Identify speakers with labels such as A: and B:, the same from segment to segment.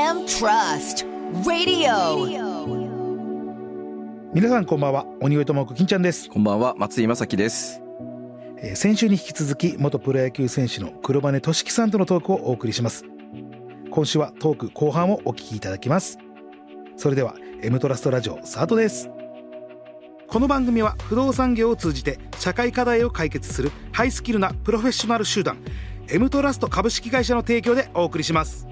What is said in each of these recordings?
A: Trust Radio.
B: 皆さんこんばんは鬼越トモク金ちゃんです、
C: こんばんは、松井正樹です。
B: えー先週に引き続き元プロ野球選手の黒羽俊樹さんとのトークをお送りします今週はトーク後半をお聞きいただきますそれでは M トラストラジオスタートですこの番組は不動産業を通じて社会課題を解決するハイスキルなプロフェッショナル集団 M トラスト株式会社の提供でお送りします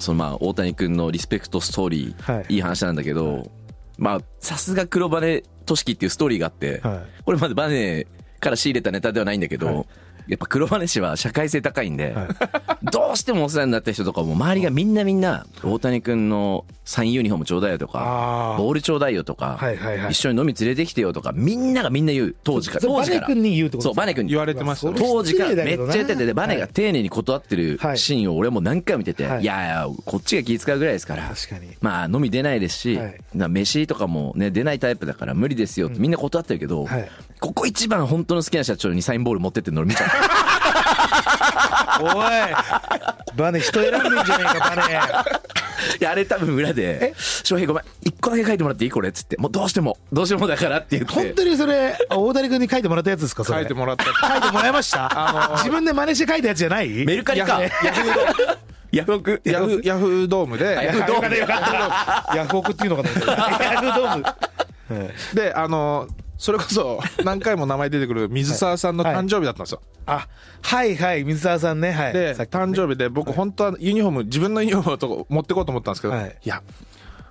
C: そのまあ、大谷君のリスペクトストーリー、
B: はい
C: い、い話なんだけど、
B: はい
C: まあ、さすが黒羽俊樹っていうストーリーがあって、
B: は
C: これまでバネから仕入れたネタではないんだけど、
B: はい
C: やっぱ黒羽氏は社会性高いんで、
B: は
C: どうしてもお世話になった人とかも周りがみんなみんな大谷君のサインユニフォームちょうだいよと か
B: あ
C: ボールちょうだいよとか、
B: はいはいはい
C: 一緒に飲み連れてきてよとかみんながみんな言う当時から当
B: バ
C: 時
B: ネ
C: から
B: 君に言うってこと
C: そうバネ君に
D: 言われてましたね
C: 当時からめっちゃ言
B: や
C: っててでバネが丁寧に断ってる
B: はい
C: シーンを俺も何回も見てて、
B: はい
C: い、やいやこっちが気使うぐらいですから
B: 確かに
C: まあ飲み出ないですし、
B: はい
C: な飯とかもね出ないタイプだから無理ですよってみんな断ってるけど、
B: はい
C: ここ一番本当の好きな社長にサインボール持ってってんの俺見ちゃう
D: おい
B: バネ人選んでんじゃねえかバネ
C: いやあれ多分裏で「翔平ごめん一個だけ書いてもらっていいこれ」っつって「もうどうしてもどうしてもだから」って言って
B: 本当にそれ大谷君に書いてもらったやつですかそれ
D: 書いてもらっ た
B: 書いてもらいました、
D: あのー
B: 自分で真似して書いたやつじゃない
C: メルカリかヤ フードヤフオク
D: ヤフヤフードームで
C: ヤフードーム
B: ヤフオクっていうのかと思ったヤフドーム
D: であのそれこそ 何回も名前出てくる水沢さんの
B: はい
D: 誕生日だったんですよ、
B: あはいはい水沢さんねはい
D: で
B: さっき
D: 誕生日で僕本当はユニフォーム自分のユニフォームとか持ってこうと思ったんですけど、
B: はい
D: い、や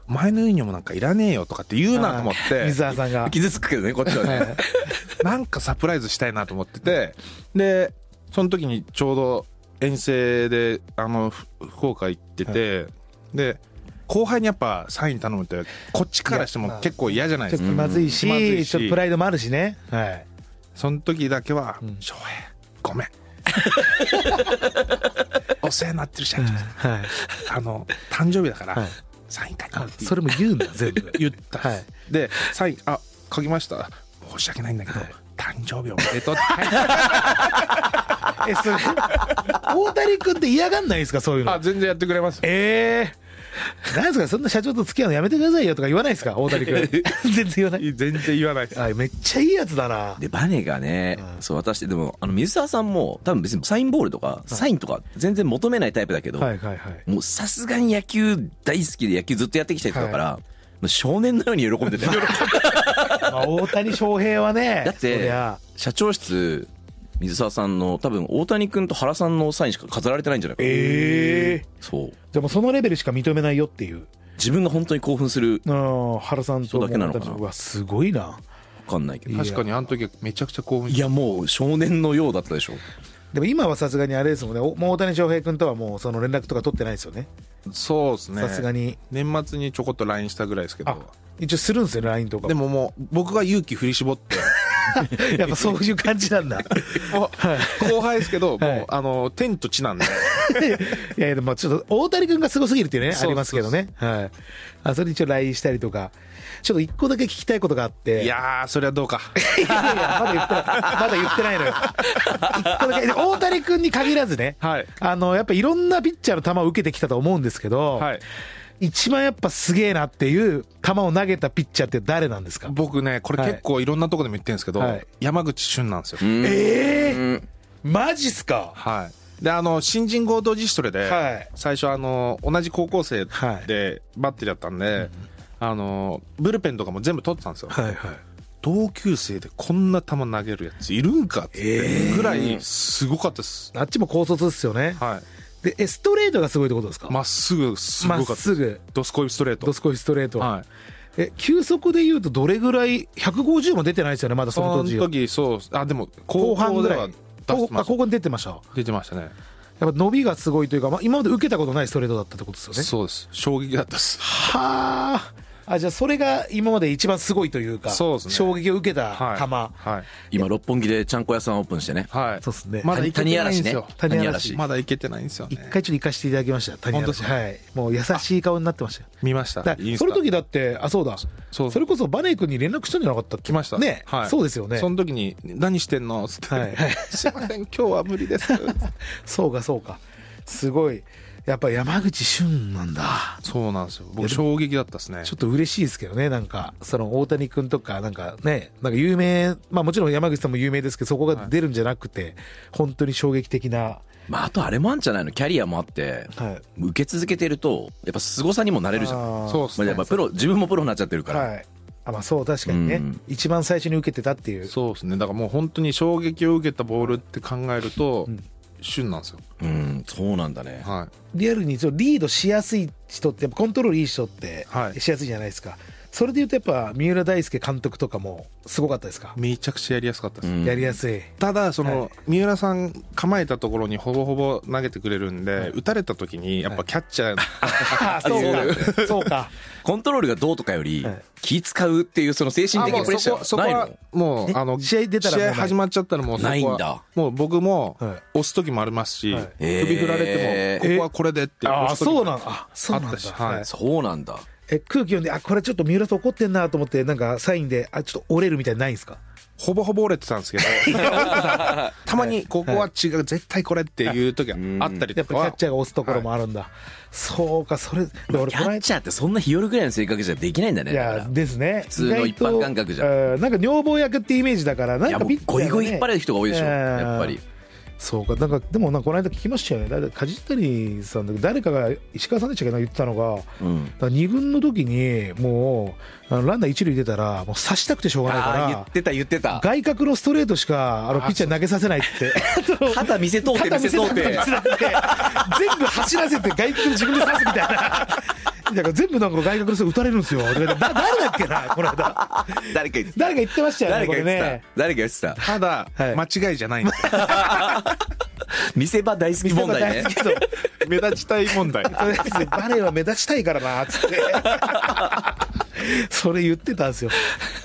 D: お前のユニフォームなんかいらねえよとかって言うなと思っ
B: あー
D: て
B: 水沢さんが
C: 傷つくけどねこっちはね
D: なんかサプライズしたいなと思っててでその時にちょうど遠征であのふ福岡行ってて、で後輩にやっぱサイン頼むってこっちからしても結構嫌じゃない
B: ち
D: で
B: ょっ
D: す
B: と
D: か
B: まずい
D: まずい
B: し
D: し
B: ちょっとプライドもあるしねはい
D: その時だけは「翔、平、ご めん」お世話になってる社長さん
B: はい
D: あの誕生日だから、
B: はい
D: サイン書いても
B: あ
D: らっていい
B: それも言うんだ全部
D: 言った、
B: はい
D: でサインあ書きました申し訳ないんだけど、誕生日おめで とうって書いて
B: えそれ大谷君って嫌がんないですかそういうの
D: あ 全然やってくれます
B: ええなんですかそんな社長と付き合うのやめてくださいよとか言わないですか大谷君全然言わない
D: 全然言わないです
B: あめっちゃいいやつだな
C: でバネがね、
B: うん
C: そう私でもあの水沢さんも多分別にサインボールとか、サインとか全然求めないタイプだけど、
B: はいはいはい
C: もうさすがに野球大好きで野球ずっとやってきた人だから、もう少年のように喜んでたよ
B: まあ、大谷翔平はね
C: だっ
B: そり
C: て
B: ゃ
C: 社長室水沢さんの多分大谷君と原さんのサインしか飾られてないんじゃないかな
B: ええ
C: そう
B: じゃあもうそのレベルしか認めないよっていう
C: 自分が本当に興奮する
B: うん原さんと
C: そうだけなのかな
B: もう私はすごいな
C: わかんないけど
D: 確かにあの時はめちゃくちゃ興奮
C: いやもう少年のようだったでしょ
B: でも今はさすがにあれですもんねおもう大谷翔平君とはもうその連絡とか取ってないですよね
D: そうですね
B: さすがに
D: 年末にちょこっと LINE したぐらいですけ
B: あ
D: ど
B: 一応するんですよね LINE とか
D: でももう僕が勇気振り絞って
B: やっぱそういう感じなんだ
D: もう後輩ですけ
B: は
D: ど、
B: い
D: もうあの天と地なんで
B: いやいやでもちょっと大谷君がすごすぎるっていうね
D: そう
B: ありますけどねはいあそれ一応 LINE したりとかちょっと一個だけ聞きたいことがあって
D: いやーそれはどうか
B: いやいやまだ言ってない。まだ言ってないのよ。一個だけで大谷君に限らずね、
D: はい
B: あの、やっぱいろんなピッチャーの球を受けてきたと思うんですけど、
D: はい
B: 一番やっぱすげえなっていう球を投げたピッチャーって誰なんですか
D: 僕ねこれ結構いろんなとこでも言ってるんですけど、
B: はい
D: 山口俊なんですよ、
B: ええマジっすか
D: はいであの新人合同自主トレで、
B: はい
D: 最初あの同じ高校生
B: はい
D: でバッテリーだったんで、あのブルペンとかも全部取ってたんですよ、
B: はいはい。
D: 同級生でこんな球投げるやついるんかってぐらいすごかったです、
B: あっちも高卒ですよね。
D: はい
B: で、えストレートがすごいってことですか
D: まっすぐすご
B: ま
D: か
B: っ
D: ったです
B: すぐ、
D: ドスコイストレート
B: どすこいストレート。
D: はい
B: え、球速で言うとどれぐらい、150も出てないですよね、まだそ
D: そ
B: の
D: の
B: 当時は。
D: 時そうあでも
B: 後
D: 後
B: 半
D: 半
B: ぐ
D: で
B: ら
D: はい出。
B: 高
D: してました
B: 校に出てました。
D: 出てましたね
B: やっぱ伸びがすごいというか、まあ、今まで受けたことないストレートだったってことですよね。
D: そうです衝撃だったです
B: はあ。あじゃあそれが今まで一番すごいというか
D: そうですね
B: 衝撃を受けた球、
D: はいはい
C: 今六本木でちゃんこ屋さんオープンしてね
D: はい
B: そうっすね
D: まだ行けてないんですよ
B: 谷
C: 谷
B: 嵐
C: 嵐
D: まだ行けてないんですよね
B: 一回ちょっと行かせていただきました谷
D: 本当
B: 原
D: ですか
B: はいもう優しい顔になってましたよ
D: 見ました
B: だ
D: インス
B: そ
D: タ
B: の時だってあそうだ
D: そう
B: それこそバネ君に連絡したんじゃなかったっけ
D: 来ました
B: ね、
D: はい
B: そうですよね
D: その時に「何してんの?」っつって、
B: はいはい
D: すいません今日は無理です」
B: そうかそうかすごいやっぱ山口俊なんだ
D: そうなんですよ
B: いや
D: 僕
B: で
D: 衝撃だったですね
B: ちょっと嬉しいですけどねなんかその大谷君とかなんかねなんか有名まあもちろん山口さんも有名ですけどそこが出るんじゃなくて、本当に衝撃的な
C: まああとあれもあんじゃないのキャリアもあって
B: はい
C: 受け続けてるとやっぱ凄さにもなれるじゃん
B: あー
D: そうっす
C: まあ、や
D: ね
C: っぱプロ自分もプロになっちゃってるから、
B: はいあまあそう確かにね、
C: うん
B: 一番最初に受けてたっていう
D: そうですねだからもう本当に衝撃を受けたボールって考えると、
B: ん
D: 旬なんですよ
C: うんそうなんだね
D: は
B: リアルにそうリードしやすい人ってやっぱコントロールいい人って
D: はい
B: しやすいじゃないですか、それでいうとやっぱ三浦大輔監督とかもすごかったですか
D: い、めちゃくちゃやりやすかったです、
C: うん
B: やりやすい
D: ただその、
B: はい
D: 三浦さん構えたところにほぼほぼ投げてくれるんで、打たれた時にやっぱキャッチャー、
B: あそうか そうか
C: コントロールがどうとかより
B: はい
C: 気使うっていうその精神的
D: あも
C: な
D: う
C: プレッシ
D: そ
C: ャ
D: こそ
C: ー
D: こ
C: ない
D: は
C: の
D: も
B: え
D: うあの
B: 試合出たらもう
D: 試
B: ない
D: 合始まっちゃったらもうそこは
C: ないんだ
D: もう僕も
B: はい
D: 押す時もありますし、
B: はい
D: 首振ら
C: え
D: れ
C: ー
D: てもここはこれでって
B: あ
D: 押
B: あ
D: す時も
B: そうなんあそうなんだ
D: あったしはい
C: そうなんだ
B: え空気読んであこれちょっと三浦さん怒ってんなと思ってなんかサインであちょっと折れるみたいなのないんですか
D: ほぼほぼ折れてたんです けどたまにここは違う絶対これっていう時があったり
B: や
D: と
B: っぱキャ
D: かは
B: ッチャーが押すところもあるんだ、そうかそれで俺
C: キ
B: こ
C: ャ
B: の
C: ッ
B: 間
C: チャーってそんな日和ぐらいの性格じゃできないんだね
B: い
C: だか
B: や
C: ら
B: ですね普
C: 通の一般感覚じゃ
B: なんか女房役ってイメージだからなん
C: いや
B: か
C: もう
B: ピッチャーが
C: ゴ
B: ね
C: リゴリ引っ張れる人が多いでしょ
B: うん
C: やっぱり
B: そうかなんかでもなんかこの間聞きましたよねだって梶谷さんだけど誰かが石川さんでしたっけな言ってたのがだか
C: うん
B: ら二軍の時にもうあのランナー一塁出たらもう刺したくてしょうがない
C: ああ言
B: か
C: ってた言って
B: ら
C: た
B: 外角のストレートしかあのピッチャーに投げさせないって
C: 肌見せとうて見せとう
B: 肩見せ
C: て
B: たくて 全部走らせて外角自分で刺すみたいな。 だから全部なんか外角の人打たれるんですよ。だ誰だっけなこの間。
C: 誰か言ってた
B: 誰か言ってましたよね。
C: 誰
B: こ
C: か
B: れ
C: 言って
B: ね
C: た。誰か言ってた
D: ただ、
B: はい
D: 間違いじ ゃないんですよ
C: 見せ場大好き問題
B: 見せ場大
C: ね
B: 好きそう
D: 目立ちたい 問題
B: とりあえずバレエは目立ちたいからなっつってそれ言ってたんですよ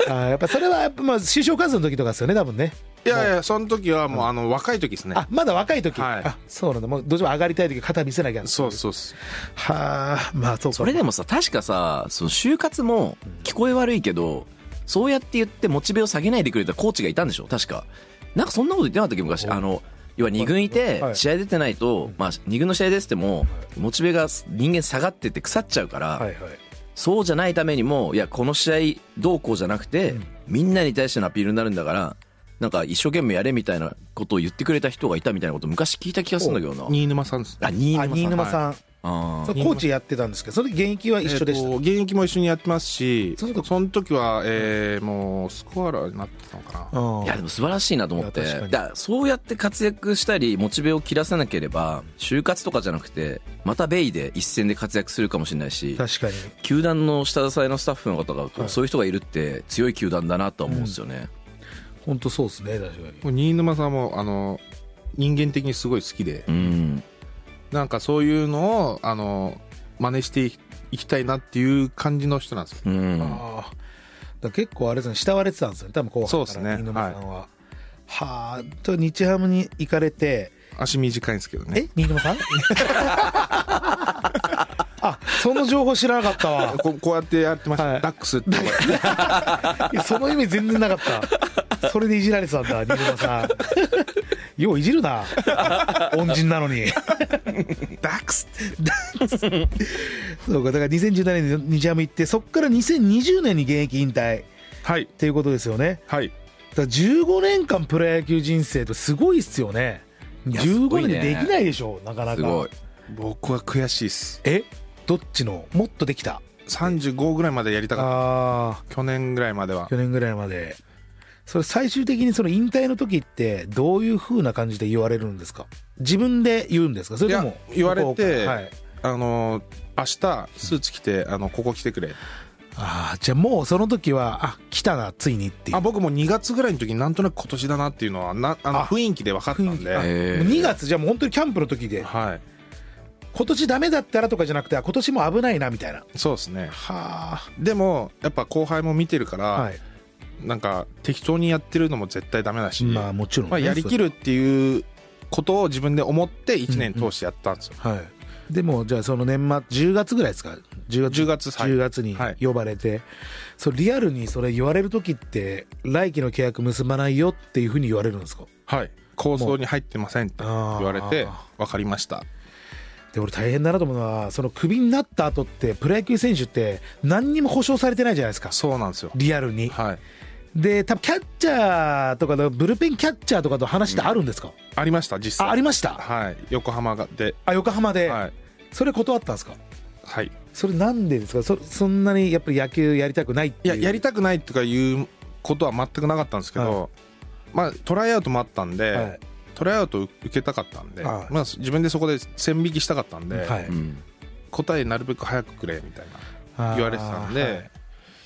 B: あーやっぱそれはやっぱまあ就職活動の時とかですよね多分ね
D: いやいやその時はもうあの若い時ですね
B: あまだ若い時、
D: はい
B: あそうなんだもうどうしても上がりたい時肩見せなきゃ
D: そうそうっす
B: はあまあそうか
C: それでもさ確かさその就活も聞こえ悪いけどそうやって言ってモチベを下げないでくれたコーチがいたんでしょ確かなんかそんなこと言ってなかったっけ昔あの要は2軍いて
B: はい
C: 試合出てないと、まあ、2軍の試合出ててもモチベが人間下がってって腐っちゃうから、
B: はいはい
C: そうじゃないためにもいやこの試合どうこうじゃなくて、みんなに対してのアピールになるんだからなんか一生懸命やれみたいなことを言ってくれた人がいたみたいなこと昔聞いた気がするんだけどな
D: 新沼さんです
C: あ新
B: あ
C: 沼
B: 新
C: さん
B: 沼さん、
C: あ
B: そ
C: ー
B: うコーチやってたんですけどその時現役は一緒でした、
D: えーと現役も一緒にやってますし
B: そ
D: そ
B: の
D: の
B: 時
D: 時は、えーもうスコアラーになってたのかな
B: うん
C: いやでも素晴らしいなと思って
B: いや確かに
C: だからそうやって活躍したりモチベを切らさなければ就活とかじゃなくてまたベイで一戦で活躍するかもしれないし
B: 確かに
C: 球団の下支えのスタッフの方がそういう人がいるって強い球団だなとは思うんですよね、
B: 本当そうですね確かに
D: もう新沼さんもあの人間的にすごい好きで
C: うん、
D: なんかそういうのをあの真似していいきたいなっていう感じの人なんですよ
C: うん
B: ああだから結構あれですね慕われてたんですよね多分後
D: そ
B: 半
D: う
B: か
D: です
B: ら
D: ね
B: 新沼さんは、はあと日ハムに行かれて
D: 足短いんですけどね
B: え新沼さんあその情報知らなかったわ
D: ここうやってやってました、
B: はい
D: ダックスって呼ばれて
B: いやその意味全然なかったそれでいじられてたんだ新沼さんよういじるな恩人なのに
D: ダックスって
B: そうかだから2017年に日ハム行ってそっから2020年に現役引退っ
D: はい
B: ていうことですよね
D: はい
B: だから15年間プロ野球人生ってすごいっすよね
C: やすご
B: 15
C: い
B: 年
C: ね
B: でできないでしょなかなか
C: すごい
D: 僕は悔しいっす
B: えどっちのもっとできた
D: 35ぐらいまでやりたかっ
B: ああ
D: た去年ぐらいまでは
B: 去年ぐらいまでそれ最終的にその引退の時ってどういう風な感じで言われるんですか自分で言うんですかそれと
D: い
B: も
D: や言われて
B: 向こうからはい、
D: あの明日スーツ着てあのここ来てくれ
B: ああじゃあもうその時はあ来たなついにっていう
D: あ僕も2月ぐらいの時になんとなく今年だなっていうのはなあの
B: あ
D: 雰囲気で分かったん
B: 雰
D: で、
B: 囲気あ
C: へー
B: もう2月じゃあもう本当にキャンプの時で
D: はい
B: 今年ダメだったらとかじゃなくてあ今年も危ないなみたいな
D: そうですね
B: はあ
D: でもやっぱ後輩も見てるから、
B: はい
D: なんか適当にやってるのも絶対ダメだし、
B: まあもちろんね、
D: まあ、やりきるっていうことを自分で思って1年通してやったんですよ、
B: はい、でもじゃあその年末10月ぐらいですか10月
D: 10月はい
B: 10月に
D: はい
B: 呼ばれて、そうリアルにそれ言われる時って来期の契約結ばないよっていうふうに言われるんですか
D: はい構想に入ってませんって言われて
B: あ
D: 分かりました
B: で俺大変だなと思うのはそのクビになった後ってプロ野球選手って何にも保証されてないじゃないですか
D: そうなんですよ
B: リアルに
D: はい
B: で多分キャッチャーとかのブルペンキャッチャーとかと話ってあるんですか、
D: ありました実際
B: あありました
D: はい横浜がで
B: あ横浜で、
D: はい
B: それ断ったんですか
D: はい
B: それなんでですかそそんなにやっぱり野球やりたくないってい
D: いや
B: う
D: やりたくないとかいうことは全くなかったんですけど、まあトライアウトもあったんで、
B: はい
D: トライアウト受けたかったんで、
B: はい
D: まあ、自分でそこで線引きしたかったんで、
B: はい
C: うん
D: 答えなるべく早くくれみたいな言われてたんで、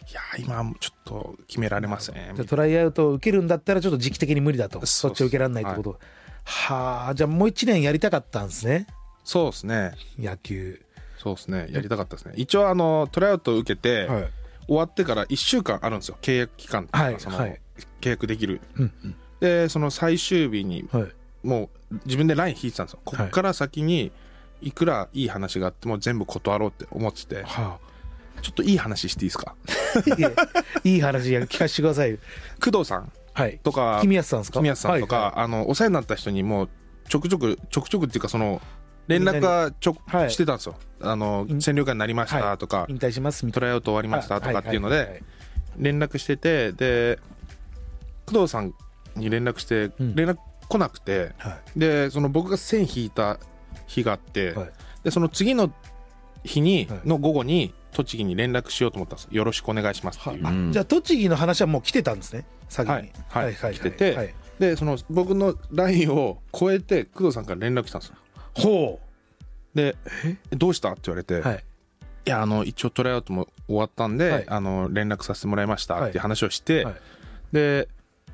B: あーは、
D: いやー今はもうちょっと決められません、
B: じゃあトライアウトを受けるんだったらちょっと時期的に無理だと
D: そう
B: そっちを受けられないってことはあじゃあもう1年やりたかったんですね
D: そうですね
B: 野球
D: そうですねやりたかったですね一応あのトライアウトを受けて、
B: はい
D: 終わってから1週間あるんですよ契約期間っていうの
B: はい
D: その、
B: はい
D: 契約できる
B: うん
D: でその最終日に
B: うんはい
D: もう自分でライン引いてたんですよこ
B: は
D: っ
B: い
D: から先にいくらいい話があっても全部断ろうって思ってて、
B: は
D: ちょっといい話していいですか
B: あいやいい話や聞かせてください
D: 工藤さん
B: はい
D: とか
B: 君安さんですか
D: 君安さんとか、
B: はい
D: あのお世話になった人にもうちょくちょくちょくちょくっていうかその連絡がちょく
B: はい
D: してたんですよ、あの
B: うん
D: 占領下になりまし
B: は
D: た
B: い
D: とか、
B: 引退しますみ
D: ト
B: たい
D: ライアウト終わり
B: な
D: ましたとかっていうの
B: ははは
D: で連絡しててで工藤さんに連絡して
B: うん
D: 連絡来なくて、
B: は
D: でその僕が線引いた日があって、
B: はい
D: でその次の日に、
B: はい
D: の午後に栃木に連絡しようと思ったんですよろしくお願いしますっていう、
C: は
B: はいあじゃあ栃木の話はもう来てたんですね先に
D: はいはい来てて
B: はい
D: でその僕のラインを超えて工藤さんから連絡来たんですよ
B: ほ
D: で「えどうした?」って言われて、
B: う
D: い、
B: はい
D: やあの一応トライアウトも終わったんで、
B: はい
D: あの連絡させてもらいました
B: はい
D: っていう話をして、
B: はい
D: で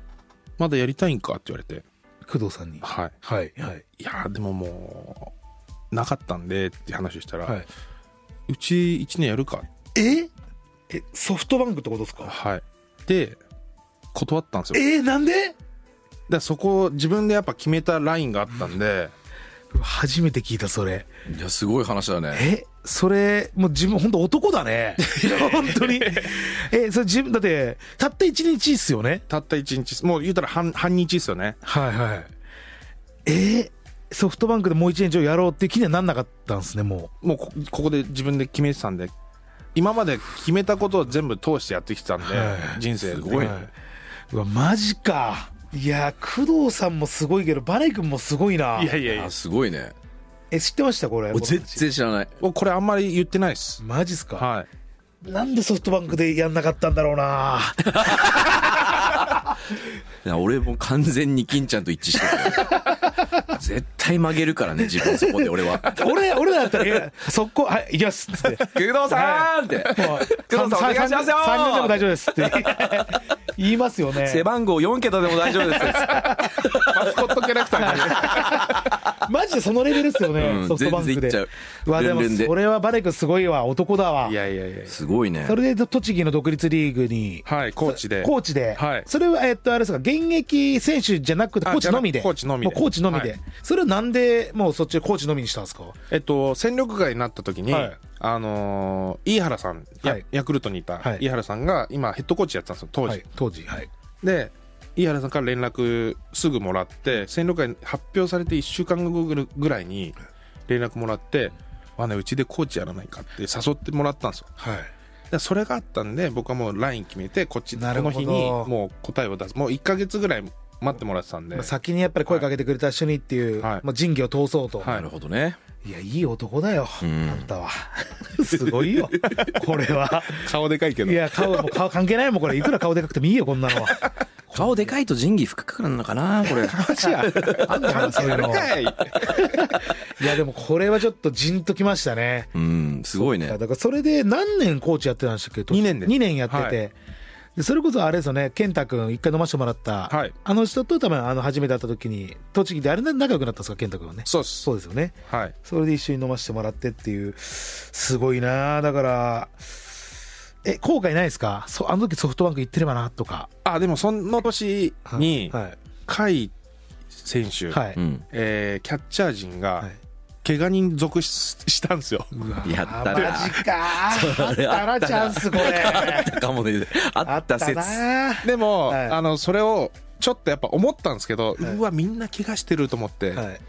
D: 「まだやりたいんか?」って言われて
B: 工藤さん
D: 「
B: に
D: は
B: はいはい
D: いいやーでももうなかったんで」って話をしたら「
B: はい。
D: うち1年やるか?」
B: ええソフトバンクってことですか
D: はいで断ったんですよ
B: えー、なんで
D: でそこ自分でやっぱ決めたラインがあったんで
B: 初めて聞いたそれ
C: いやすごい話だね
B: えそれもう自分本当男だね本当にえそれ自分だってたった一日っすよね
D: たった1日もう言うたら半半日ですよね
B: はいはいえーソフトバンクでもう一年以上やろうっていう気にはなんなかったんですねも
D: もうこここで自分で決めてたんで今まで決めたことを全部通してやってきてたんで、
B: はい
D: 人生です
B: うはいうわマジかいやー工藤さんもすごいけどバレ君もすごいない
D: やいやいや
C: あすごいね
B: え知ってましたこれ
C: 俺全然知らない
D: 僕これあんまり言ってないです
B: マジっすか、
D: は
B: なんでソフトバンクでやんなかったんだろうな
C: いや俺も完全に金ちゃんと一致して る絶対曲げるからね自分そこで俺は
B: 俺俺らだったらいや「速攻はい行きます」っつって
C: 工藤さんって
B: もう
C: 工藤さんお願いしますよ
B: 3人でも大丈夫ですって言いますよ ね
C: 背番号4桁でも大丈夫です
D: いマスコットキャラクターになる
B: マジでそのレベルですよね、
C: うん
B: ソフトバンク
C: 全
B: で
C: 然いっちゃう
B: わで
C: ルンルン
B: も
C: で
B: それはバレ君すごいわ男だわ
D: いやいやい や
C: すごいね
B: それで栃木の独立リーグに
D: はいコーチで
B: コーチで、
D: はい
B: それはえっとあれですか現役選手じゃなくて
D: あ
B: コーチのみで
D: じゃなコーチのみで
B: もうコーチのみで、
D: はい
B: それはなんでもうそっちでコーチのみにしたんですか
D: えっと戦力外になった時に、
B: はい
D: あのー飯原さん、や
B: はい
D: ヤクルトにいた
B: はい
D: 飯原さんが今ヘッドコーチやってたんですよ当時、
B: はい、当時はい
D: で飯原さんから連絡すぐもらって戦力外発表されて1週間後ぐらいに連絡もらって「あねうちでコーチやらないか」って誘ってもらったんですよ
B: はい
D: でそれがあったんで僕はもう LINE 決めてこっちこ
B: なるほ
D: の
B: ど
D: 日にもう答えを出すもう1か月ぐらい待ってもらってたんで、
B: まあ先にやっぱり声かけてくれた人にっていう、
D: はい
B: まあ、仁義を通そうと、
D: はい
C: なるほどね
B: いや、いい男だよ、
C: うん
B: あんたは。 すごいよ、これは。
D: 顔でかいけ
B: いや、顔、もう顔関係ないもん、これ。いくら顔でかくてもいいよ、こんなのは。
C: 顔でかいと仁義深くなるのかなこれ
B: マジや。あんたはそういうの。い
D: い
B: や、でもこれはちょっとじんときましたね。
C: うんすごい
B: いや
C: ね
B: だからそれで何年コーチやってたんでしたっけ
D: 二年です
B: 2年やってて。でそれこそあれですよね健太君一回飲ませてもらった、
D: はい
B: あの人と多分あの初めて会った時に栃木であれで仲良くなったんですか健太君はね
D: そうっす
B: そうですよね
D: はい
B: それで一緒に飲ませてもらってっていうすごいなあだからえ後悔ないですかそあの時ソフトバンク行ってればなとか
D: あでもその年に甲
B: はい
D: 斐選手、
B: はい、
C: うん。
D: えーキャッチャー陣
B: は
D: が
B: い
D: 怪我人続出したんですよ、
B: うわ
C: やっ
B: マ
C: たな
B: ジかあっ
C: れ
B: た
C: あ
B: ら
C: ったな
B: チャンスこれ
C: あったかもね。あった説。
B: なあ
D: でも、
B: はい
D: あのそれをちょっとやっぱ思ったんですけど、
B: いう
D: わみんな怪我してると思って、
B: はい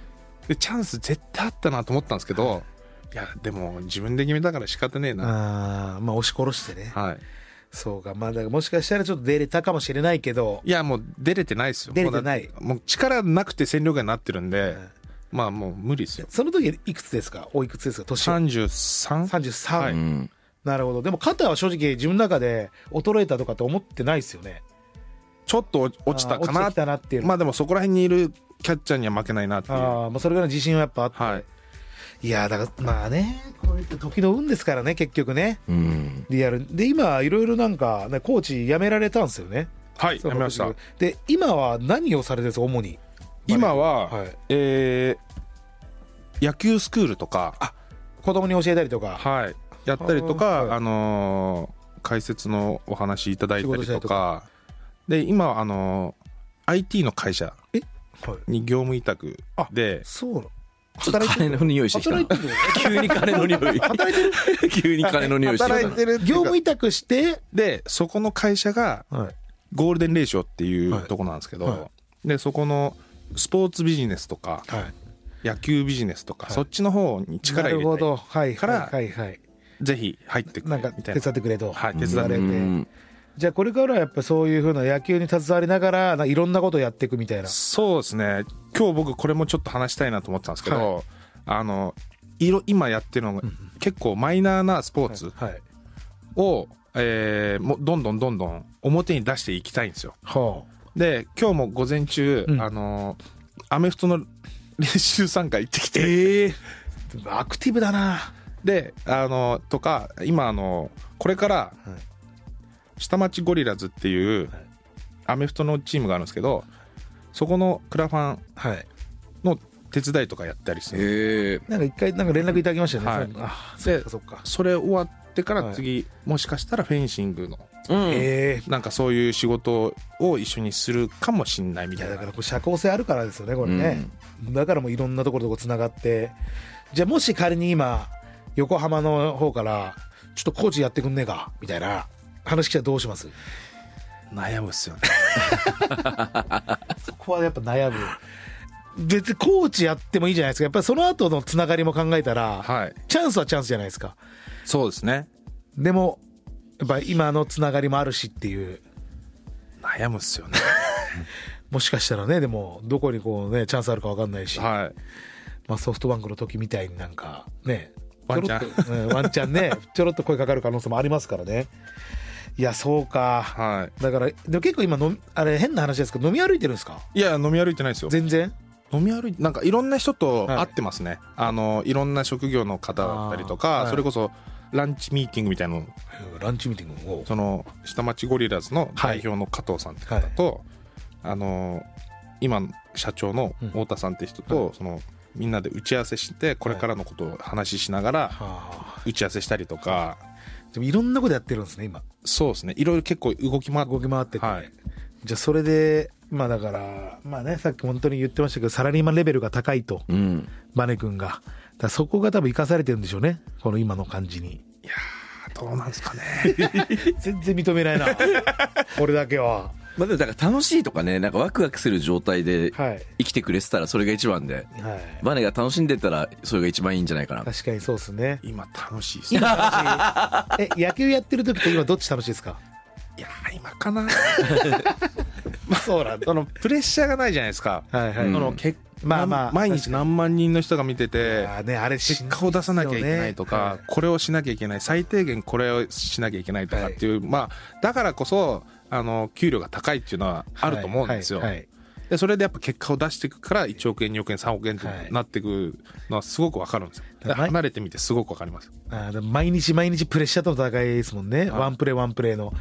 D: でチャンス絶対あったなと思ったんですけど、い、やでも自分で決めたから仕方ねえな、
B: あーまあ押し殺してね
D: はい、
B: そうかまあだからもしかしたらちょっと出れたかもしれないけど
D: いやもう出れてないですよ
B: 出れてない
D: もうだもう力なくて戦力外になってるんで、まあもう無理ですよ
B: その時いくつですかおいくつですか年は
D: 33?
B: 33、
D: は
C: う
D: い
C: ん。
B: なるほどでも肩は正直自分の中で衰えたとかって思ってないですよね
D: ちょっと落落ちたか
B: あー落
D: な
B: ちてきたなっていうの
D: まあでもそこら辺にいるキャッチャーには負けないなっていうは
B: ああまあそれぐらいの自信はやっぱあって、
D: い
B: い、やーだからまあねこれって時の運ですからね結局ね
C: うん。
B: リアルで今いろいろなんか、ね、コーチ辞められたんですよね
D: はい
B: そ
D: や
B: の
D: めました
B: で今は何をされてるんですか主に
D: 今は、
B: はい
D: えー野球スクールとか
B: 子供に教えたりとか
D: はいやったりとか
B: あ
D: あ
B: ーはい
D: のー解説のお話いただいたり
B: 仕事したりと
D: とかで今はあのー IT の会社
B: はい
D: に業務委託で
B: そうなの
C: ちょっと金の匂いしてきた
B: 働いて。る
C: な急に金の匂い。
B: 働いてる
C: 急に金の匂いしてきた
D: 働い
C: な。
D: てる
B: 業務委託して、
D: でそこの会社が
B: はい、
D: ゴールデンレーショってい
B: はいう
D: とこなんですけど、
B: は
D: でそこのスポーツビジネスとか野球ビジネスとか、
B: はい
D: そっちの方に力入
B: なるほ
D: れて
B: どはい
D: から
B: はいはいはい
D: ぜひ入ってく
B: な
D: れ
B: んか
D: み
B: 手
D: たいな
B: 伝ってくれと、
D: はい手
B: 言
D: 伝
B: わ
D: っ
B: れ
D: て
B: て、
C: うん
B: じゃあこれからはやっぱそういうふうな野球に携わりながらなんかいろんなことをやっていくみたいな
D: そうですね今日僕これもちょっと話したいなと思ってたんですけど、あのいろ今やってるのが結構マイナーなスポーツ
B: はい
D: を、えーもうどんどんどんどん表に出していきたいんですよ
B: は
D: で今日も午前中、
B: うん
D: あのアメフトの 練習参加行ってきて、
B: あアクティブだな
D: であのとか今あのこれから、
B: はい
D: 下町ゴリラズっていう
B: はい
D: アメフトのチームがあるんですけどそこのクラファン
B: はい
D: の手伝いとかやったりする
C: ええ。
B: なんか一回なんか連絡いただきましたよね、
D: はい
B: そのあそ
D: で
B: っかそっか
D: それ終わってか
B: は
D: ら
B: い
D: 次、もしかしたらフェンシングの
C: うん。
B: ええ
D: なんかそういう仕事を一緒にするかもしんないみ
B: い
D: た
B: や
D: い
B: だ
D: な
B: からこれ社交性あるからですよねこれね、だからもういろんなところとつながってじゃあもし仮に今横浜の方からちょっとコーチやってくんねえかみたいな話来たらどうします
D: 悩むっすよね
B: そこはやっぱ悩む別にコーチやってもいいじゃないですかやっぱりその後のつながりも考えたら、
D: はい
B: チャンスはチャンスじゃないですか
D: そうですね
B: でもやっぱ今のつながりもあるしっていう
D: 悩むっすよね
B: もしかしたらねでもどこにこうねチャンスあるか分かんないし、
D: はい
B: まあ、ソフトバンクの時みたいになんかね
D: ワンチャン
B: ちょろっとうんワンチャン ねちょろっと声かかる可能性もありますからねいやそうか
D: は
B: だからでも結構今のあれ変な話ですけど飲み歩いてるんですか
D: いいや飲み歩いてないですよ
B: 全然
D: 飲み歩いなんかいろんな人と
B: はい
D: 会ってますね、あのいろんな職業の方だったりとか、
B: あーはい
D: それこそランチミーティングみたいなの
B: ランチミーティングを
D: その下町ゴリラズの代表の加藤さんって方と、あの今の社長の太田さんって人と、そのみんなで打ち合わせしてこれからのことを話ししながら
B: はあ
D: 打ち合わせしたりとか、
B: でもいろんなことやってるんですね今
D: そうですねいろいろ結構動き回って
B: 動き回ってて、
D: はい
B: じゃあそれでまあだからまあねさっき本当に言ってましたけどサラリーマンレベルが高いと
C: うん。
B: バネ君がだからそこが多分生かされてるんでしょうねこの今の感じに
D: どうなんですかね
B: 全然認めない な俺だけは
C: まあでもだから楽しいとかね、なんかワクワクする状態で
B: はい
C: 生きてくれてたらそれが一番で。
B: はい
C: バネが楽しんでたらそれが一番いいんじゃないかな。
B: 確かにそうですね
D: 今楽しいですね
B: 今楽しいえ野球やってる時って今どっち楽しいですか
D: いやー今かな
B: そうなんだ
D: そのプレッシャーがないじゃないですか
B: はいはい、
C: うん
D: その結
B: まあまあ
D: 毎日何万人の人が見てて
B: あーねあれ
D: 結果を出さなきゃいけないとか、
B: はい
D: これをしなきゃいけない最低限これをしなきゃいけないとかっていう、まあだからこそあの給料が高いっていうのはあると思うんですよ、
B: はいはいはい
D: でそれでやっぱ結果を出していくから1億円2億円3億円と
B: はい
D: なっていくのはすごくわかるんですよで
B: はい
D: 離れてみてすごくわかります
B: あーでも毎日毎日プレッシャーとの戦いですもんね、ワンプレーワンプレーの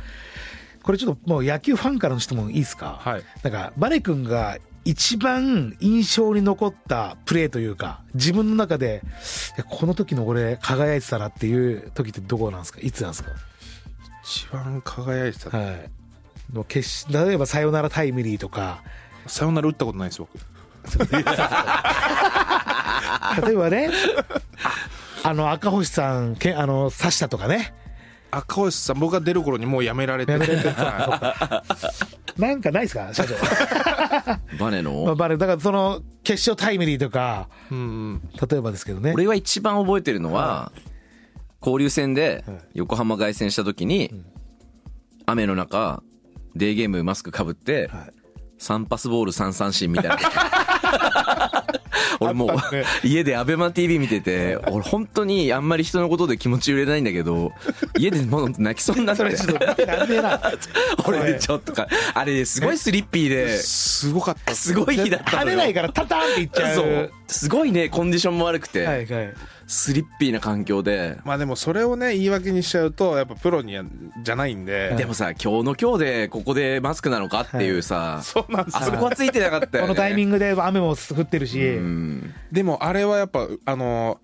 B: これちょっともう野球ファンからの質問いいですか、
D: はい
B: なんかバレ君が一番印象に残ったプレーというか自分の中でいやこの時の俺輝いてたなっていう時ってどこなんですかいつなんですか、
D: 一番輝いてた
B: はい、の決し例えばサヨナラタイムリーとか
D: サヨナラ打ったことないです僕
B: 例えば ねああの赤星さんけあの刺したとかね
D: 赤星さん僕が出る頃にもうやめられて
B: やめられて
D: は
B: なんかないですか 社長
C: バネの、
B: まあバレだからその決勝タイムリーとか
D: いうん
B: 例えばですけどね
C: 俺は一番覚えてるのは、交流戦で横浜凱旋した時に、雨の中、デーゲームマスクかぶって、3パスボール3三振みたいな。 俺もう、家でアベマ TV 見てて、俺本当にあんまり人のことで気持ち揺れないんだけど、 家でもう泣きそうになっ
B: そ
C: て
B: れ、ちょっと見てらんねえな
C: 俺ちょっとか、あれすごいスリッピー で、
D: すごかったっす
C: すごい日だった
B: 跳
C: の
B: ね
C: よ。
B: ないからタタンっていっちゃう
C: そう。すごいね、コンディションも悪くて、
B: はいはい
C: スリッピーな環境で、
D: まあでもそれをね言い訳にしちゃうとやっぱプロにはじゃないんで
C: でもさ、今日の今日でここでマスクなのかっていうさ、
D: そうなんです
C: あ
D: よ
C: そこはついてなかったよ、
B: こ
C: ね。
B: のタイミングで雨も降ってるし、
C: うん
D: でもあれはやっぱあの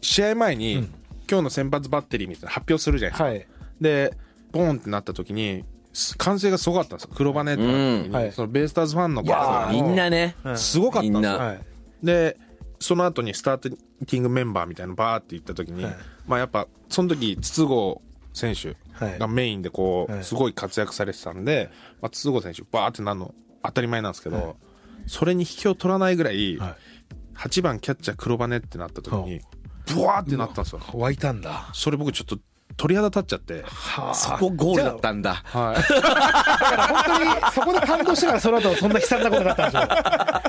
D: 試合前に、今日の先発バッテリーみたいな発表するじゃないですか、
B: はい
D: でボーンってなった時にす歓声がすごかったんですよ黒羽ってなった時に、
B: うんはい
D: そのベイスターズファンの
C: い
D: 方
C: や
D: が
C: ーみんなね、
D: すごかったんです
C: みんな
D: よ
B: はい
D: でその後にスターティングメンバーみたいなのバーって行った時に、まあやっぱその時筒香選手
B: はい
D: がメインでこう、
B: はい
D: すごい活躍されてたんで、まあ、筒香選手バーってなるの当たり前なんですけど、それに引きを取らないぐらい、
B: はい
D: 8番キャッチャー黒羽ってなった時
B: は
D: にブワーってなったんですよ
B: 湧いたんだ
D: それ僕ちょっと鳥肌立っちゃって
B: はあ
C: そこゴールだったんだ。
D: はい
B: 本当にそこで感動してからその後そんな悲惨なことだったんでしょ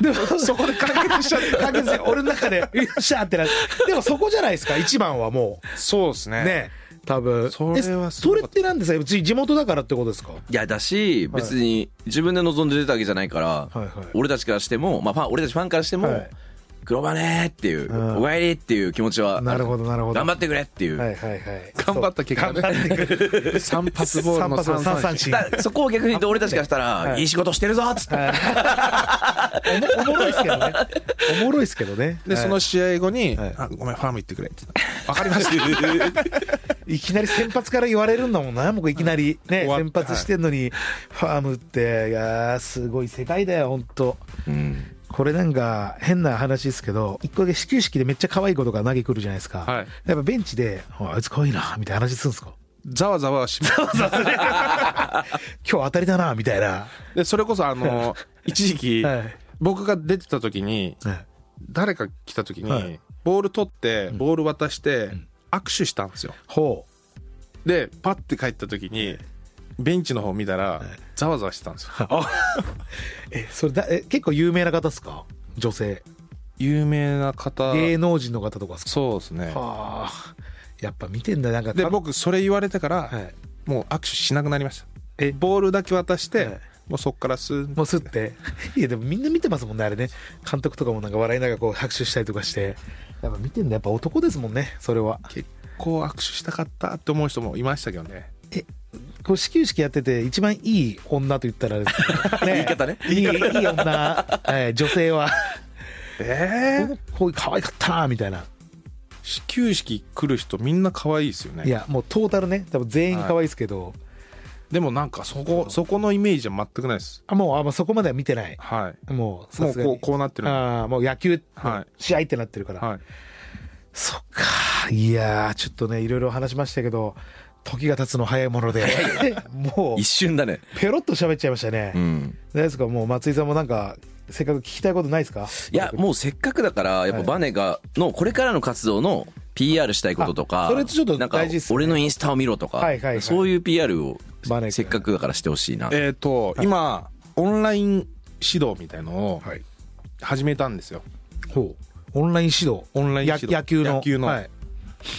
B: でもそこで完結しちゃって完結で俺の中でよっしゃーってなってでもそこじゃないですか一番はも
D: そうです
B: う
D: ね
B: ね多分
D: それは
B: え
D: すご
B: そ
D: かっ
B: れ
D: た
B: ってなんですかうち地元だからってことですか
C: いや、だし、別に自分で望んで出たわけじゃないから、
B: はいはい
C: 俺たちからしても、まあファン、俺たちファンからしても、
B: はい
C: 黒羽ねーっていう、
B: うん
C: お帰りっていう気持ちはあ、
B: なるほどなるほど
C: 頑張ってくれっていう。
B: はいはいはい
D: 頑張った結果ね
B: 頑張ってくれ
D: 3発ボールの
B: 三
D: 3
B: 発
D: 三
B: の三
D: 振
B: 振
C: だそこを逆に言うと俺たちからしたら、
B: はい
C: い、い仕事してるぞっつって、
B: おもおもろいっすけどねおもろいっすけどね
D: で、
B: はい
D: その試合後に、
B: はい
D: あごめんファーム行ってくれってわかりました
B: いきなり先発から言われるんだもんな、僕いきなり。ね、
D: 終わっ
B: 先発してんのに、ファームって、いやー、すごい世界だよ、ほんと。
C: うん
B: これなんか、変な話ですけど、一個だけ始球式でめっちゃ可愛い子とか投げくるじゃないですか。
D: はい
B: やっぱベンチで、おいあいつ可愛いな、みたいな話するんですか
D: ざわざわし
B: 今日当たりだな、みたいな。
D: でそれこそ あの一時期、
B: はい
D: 僕が出てた時に
B: はい
D: 誰か来た時に、
B: はい
D: ボール取ってボール渡して、握手したんですよ
B: ほ
D: でパッて帰った時にベンチの方見たらざわざわしてたんですよ
B: う。え、それだ、え、結構有名な方っすか女性。
D: 有名な方
B: 芸能人の方とかっすか
D: そうですね
B: はあ。やっぱ見てんだ、なんか。
D: で僕それ言われてから、
B: はい。
D: もう握手しなくなりましたボールだけ渡して、
B: はい
D: もうそっからスーッ
B: もうすって。 いや、でもみんな見てますもんね、あれね。監督とかもなんか笑いながらこう拍手したりとかして。やっぱ見てんだ、やっぱ男ですもんね、それは。
D: 結構握手したかったって思う人もいましたけどね
B: こう始球式やってて、一番いい女と言ったらあれです けど、
C: 言い方ね
B: いい、いい女、えー女性は。
D: ええ
B: こういう可愛かったなみたいな。
D: 始球式来る人みんな可愛いですよね
B: いや、もうトータルね、多分全員可愛いですけど、
D: でもなんかそこそこのイメージは全くないです
B: あもう、あもうそこまでは見てない。
D: は
B: もう、
D: いも
B: さ
D: う
B: すが
D: こう
B: に。
D: こうなってるんで
B: ああ、もう野球
D: は、
B: 試合ってなってるから。
D: はい
B: そっか。いやー、ちょっとね、いろいろ話しましたけど、時が経つの早いもので、もう
C: 一、瞬だね、
B: ペロッと喋っちゃいましたね。大
C: う
B: 丈
C: ん、
B: 夫ですかもう松井さんもなんか、せっかく聞きたいことないですか
C: いやもうせっかくだからやっぱバネがのこれからの活動の PR したいこととか
B: あそれちょっと
C: なんか
B: 大事っすね
C: 俺のインスタを見ろとか、
B: はいはいはい
C: そういう PR を
B: バネ君
C: せっかくだからしてほしいな、
D: えっ、と、今オンライン指導みたいのを
B: はい
D: 始めたんですよ
B: ほう。オンライン指導。
D: オンライン指導
B: や野球の。
D: 野球の
B: はい。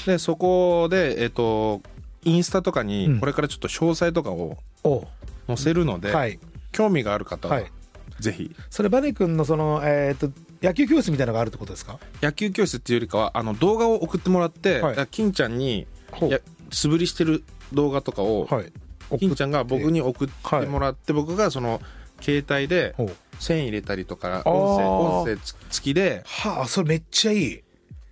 D: でそこでえっ、とインスタとか
B: う
D: に
B: ん
D: これからちょっと詳細とかを
B: おう
D: 載せるので、
B: はい。
D: 興味がある方は
B: はい
D: ぜひ
B: それ、バネ君のその、えっ、と、野球教室みたいなのがあるってことですか
D: 野球教室っていうよりかはあの動画を送ってもらって、
B: はい
D: 金ちゃんに
B: ほう
D: いや素振りしてる動画とかを
B: はい。
D: 金ちゃんが僕に送ってもらって、僕がその携帯で
B: ほう
D: 線入れたりとか
B: ー
D: 音声音声つ付きで
B: はあそれめっちゃいい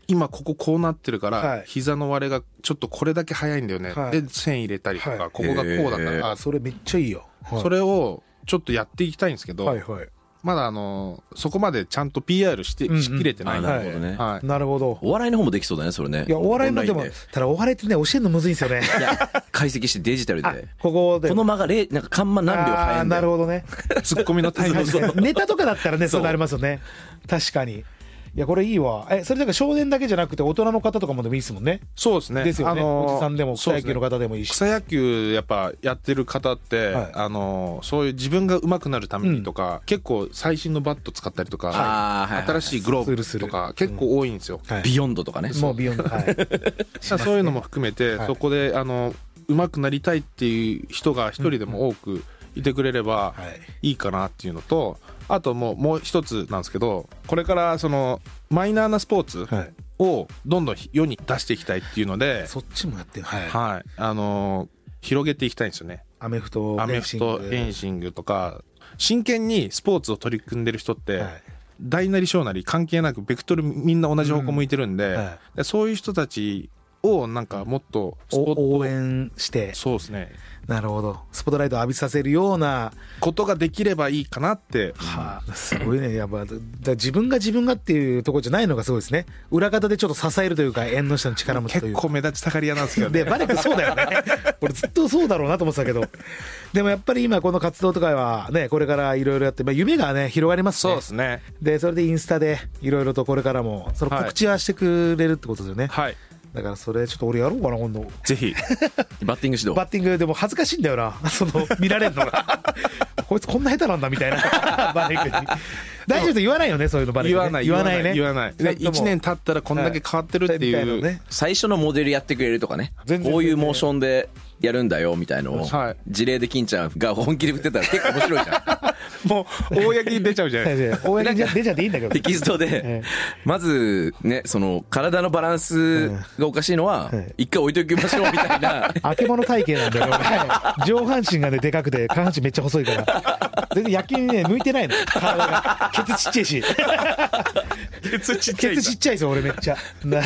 D: 今こここうなってるから、
B: はい
D: 膝の割れがちょっとこれだけ早いんだよね、
B: はい
D: で線入れたりとか、
B: はい
D: ここがこうだか
C: へー
D: らあそ
B: それめっちゃいいよ、はい
D: それをちょっとやっていきたいんですけど、
B: はいはい
D: まだあのそこまでちゃんと PR して、
B: うんうん
D: しきれてない
C: あ
D: んで、
C: なるほどね、
D: はい
B: なるほど
C: お笑いの方もできそうだねそれね
B: いやお笑いもで
C: オ
B: も
C: ンライン
B: ただお笑いってね教えるのむずいんですよね
C: いや解析してデジタル
B: あ
C: で
B: ここで
C: この間が0なんかカンマ何秒
B: あ
C: 早
B: ー
C: いんだ
B: なる
C: よ
B: ほ どね
D: ツッコミのタイム
B: 確かにネタとかだったらね
C: そ
B: そううなりますよね確かにいやこれいいわえそれだから少年だけじゃなくて大人の方とかもでもいいですもんね
D: そうですね
B: ですよね、
D: あの
B: おじさんでも草
D: そう
B: 野
D: です
B: 球
D: ね
B: の方でもいいし
D: 草野球やっぱやってる方って、
B: はい
D: あのそういう自分が上手くなるためにとか、結構最新のバット使ったりとか、
C: あーはい
D: 新しいグロ
B: す
D: ー
B: る
D: ブ
B: する
D: とか結構多いんですよ、
B: はい
C: ビヨンドとかね
B: もうビヨンドはい
D: だから そういうのも含めて、
B: はい
D: そこであの上手くなりたいっていう人が一人でも多くいてくれればいいかなっていうのとあともうもう一つなんですけどこれからそのマイナーなスポーツ
B: はい
D: をどんどん世に出していきたいっていうので、
B: そっちもやってるはい
D: はいあの広げていきたいんですよね。
B: アメフト
D: アメフトフェン
B: シ
D: シングとか真剣にスポーツを取り組んでる人って、
B: ングはい
D: 大なり小なり関係なくベクトルみんな同じ方向向いてるんで,で、
B: うんは
D: そういう人たちをなんかもっとスポット
B: お応援して
D: そうですね
B: なるほどスポットライトを浴びさせるような
D: ことができればいいかなって
B: はあ、すごいね、やっぱ、だだ自分が自分がっていうところじゃないのがすごいですね。裏方でちょっと支えるというか、縁の下の力持ちとい
D: 結
B: うか。
D: 構目立ちたがり屋なんですけど
B: で、
D: ね
B: バレクそうだよね。 俺ずっとそうだろうなと思ってたけど。でもやっぱり今この活動とかはね、これからいろいろやって、まあ、夢がね、広がります
D: そう
B: ね。
D: ですね
B: で、それでインスタでいろいろとこれからも、その告知はしてくれるってことですよね。
D: はい
B: だからそれちょっと俺やろうかな、今度。
D: ぜひ
C: バッティング指導
B: バッティングでも恥ずかしいんだよな。 その、見られるのが。 こいつこんな下手なんだみたいな。 バレクに。大丈夫と言わないよね、そういうのバレク、ね。
D: 言わない
B: 言わないね。
D: 言わない
B: ちゃんともう
D: 1年経ったらこんだけ変わってるってい
B: みたな
D: う、
B: ね。
C: 最初のモデルやってくれるとかね
B: 全然
C: こういうモーションでやるんだよみたいのを
D: はい
C: 事例で金ちゃんが本気で振ってたら結構面白いじゃ
D: もう公に出ちゃうじゃないですか
B: 応援に出ちゃっていいんだけ
C: ん テ
B: ど。
C: キスト
B: え
C: でまずねその体のバランスがおかしいのは
B: え
C: 一回置いておきましょうみたい な
B: あけぼの体型なんだよ 俺。上半身がね、でかくて、下半身めっちゃ細いから。全然野球にね、向いてないの。体が。ケツちっちゃいし。
D: ケツちっちゃい
B: ケ
D: んだ
B: ツちっちゃいですよ、俺めっちゃ。な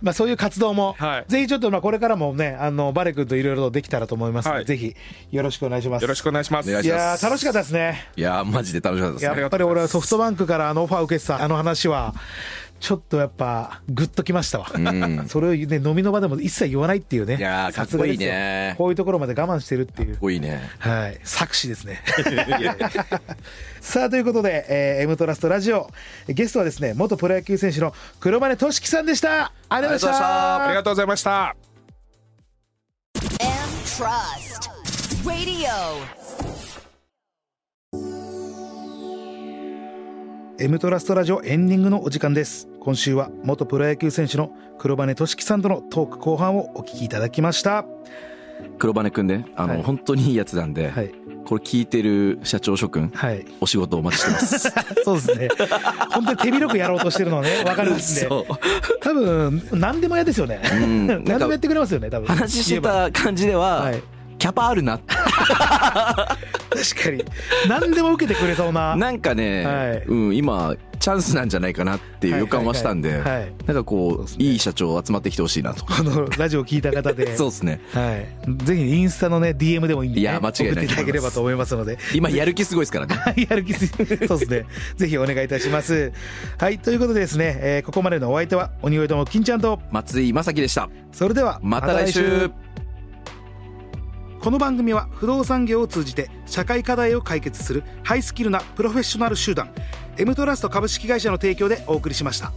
B: まあそういう活動も、
D: はい
B: ぜひちょっとまあこれからもね、あの、バレ君といろいろとできたらと思いますので、
D: はい
B: ぜひよろしくお願いします。
D: よろしくお願いします
C: お願い
B: い
C: しま
B: やー楽しかったですね。
C: いやーマジで楽しかったです
B: や
C: ね
B: っぱり俺はソフトバンクからあのオファー受けてたあの話は、ちょっとやっぱ、グッときましたわ。それをね、飲みの場でも一切言わないっていうね。
C: いやー
B: さすがですよ
C: かっこいいね
B: こういうところまで我慢してるっていう。
C: 多いね
B: はい。作詞ですね。さあ、ということで、えー、M トラストラジオ、ゲストはですね、元プロ野球選手の黒羽俊樹さんでした。ありがとうございました。
D: ありがとうございました。
A: M Trust Radio.
B: M トラストラジオエンディングのお時間です今週は元プロ野球選手の黒羽俊樹さんとのトーク後半をお聞きいただきました
C: 黒羽くんねあの、
B: はい
C: 本当にいいやつなんで、
B: はい
C: これ聞いてる社長諸君
B: はい
C: お仕事お待ちし てます。
B: そうですね本当に手広くやろうとしてるのはねわかるんですね
C: そう。
B: 多分何でも嫌ですよね、
C: んなんか
B: 何でもやってくれますよね多分
C: 話して
B: 言え
C: た感じでは、
B: はい
C: キャパあるなって。
B: ば確かに何でも受けてくれそう な
C: なんかね、
B: はい
C: うん、今、チャンスなんじゃないかなっていう予感はしたんで、
B: はいはいはいはい
C: なんかこう
B: うですね
C: いい社長集まってきてほしいなと。
B: このラジオ聞いた方で
C: そうですね。
B: はい、ぜひインスタのね DM でもいいんで、ね、
C: いや間違いな
B: 送
C: い
B: っていただければと思いますので
C: 今やる気すごいですからね。
B: はい、やる気す、そうです ね。ぜひお願いいたします。はい、ということでですね、えーここまでのお相手は、鬼越とも金ちゃんと、
C: 松井正樹でした。
B: それでは、
C: また来週。
B: この番組は不動産業を通じて社会課題を解決するハイスキルなプロフェッショナル集団 M トラスト株式会社の提供でお送りしました。